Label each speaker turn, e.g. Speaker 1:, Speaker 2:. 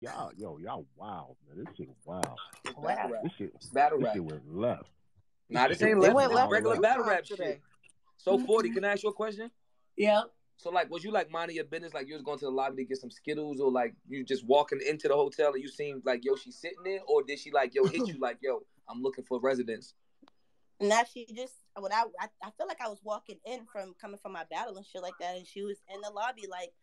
Speaker 1: Y'all, yo, y'all wild, man. This shit wild.
Speaker 2: It's
Speaker 3: Wow.
Speaker 2: battle rap.
Speaker 1: This shit,
Speaker 2: It's battle
Speaker 1: this
Speaker 2: rap.
Speaker 1: shit went left.
Speaker 2: Nah, this
Speaker 1: They
Speaker 2: ain't
Speaker 1: went
Speaker 2: left.
Speaker 1: left.
Speaker 2: regular
Speaker 1: Wow.
Speaker 2: battle rap
Speaker 3: today.
Speaker 2: shit.
Speaker 1: Mm-hmm.
Speaker 2: So forty, can I ask you a question?
Speaker 3: Yeah.
Speaker 2: So like, was you like minding your business, like you was going to the lobby to get some Skittles, or like you just walking into the hotel and you seen like yo she sitting there, or did she like yo hit you like yo I'm looking for residence?
Speaker 3: And now she just when I, I I feel like I was walking in from coming from my battle and shit like that, and she was in the lobby like,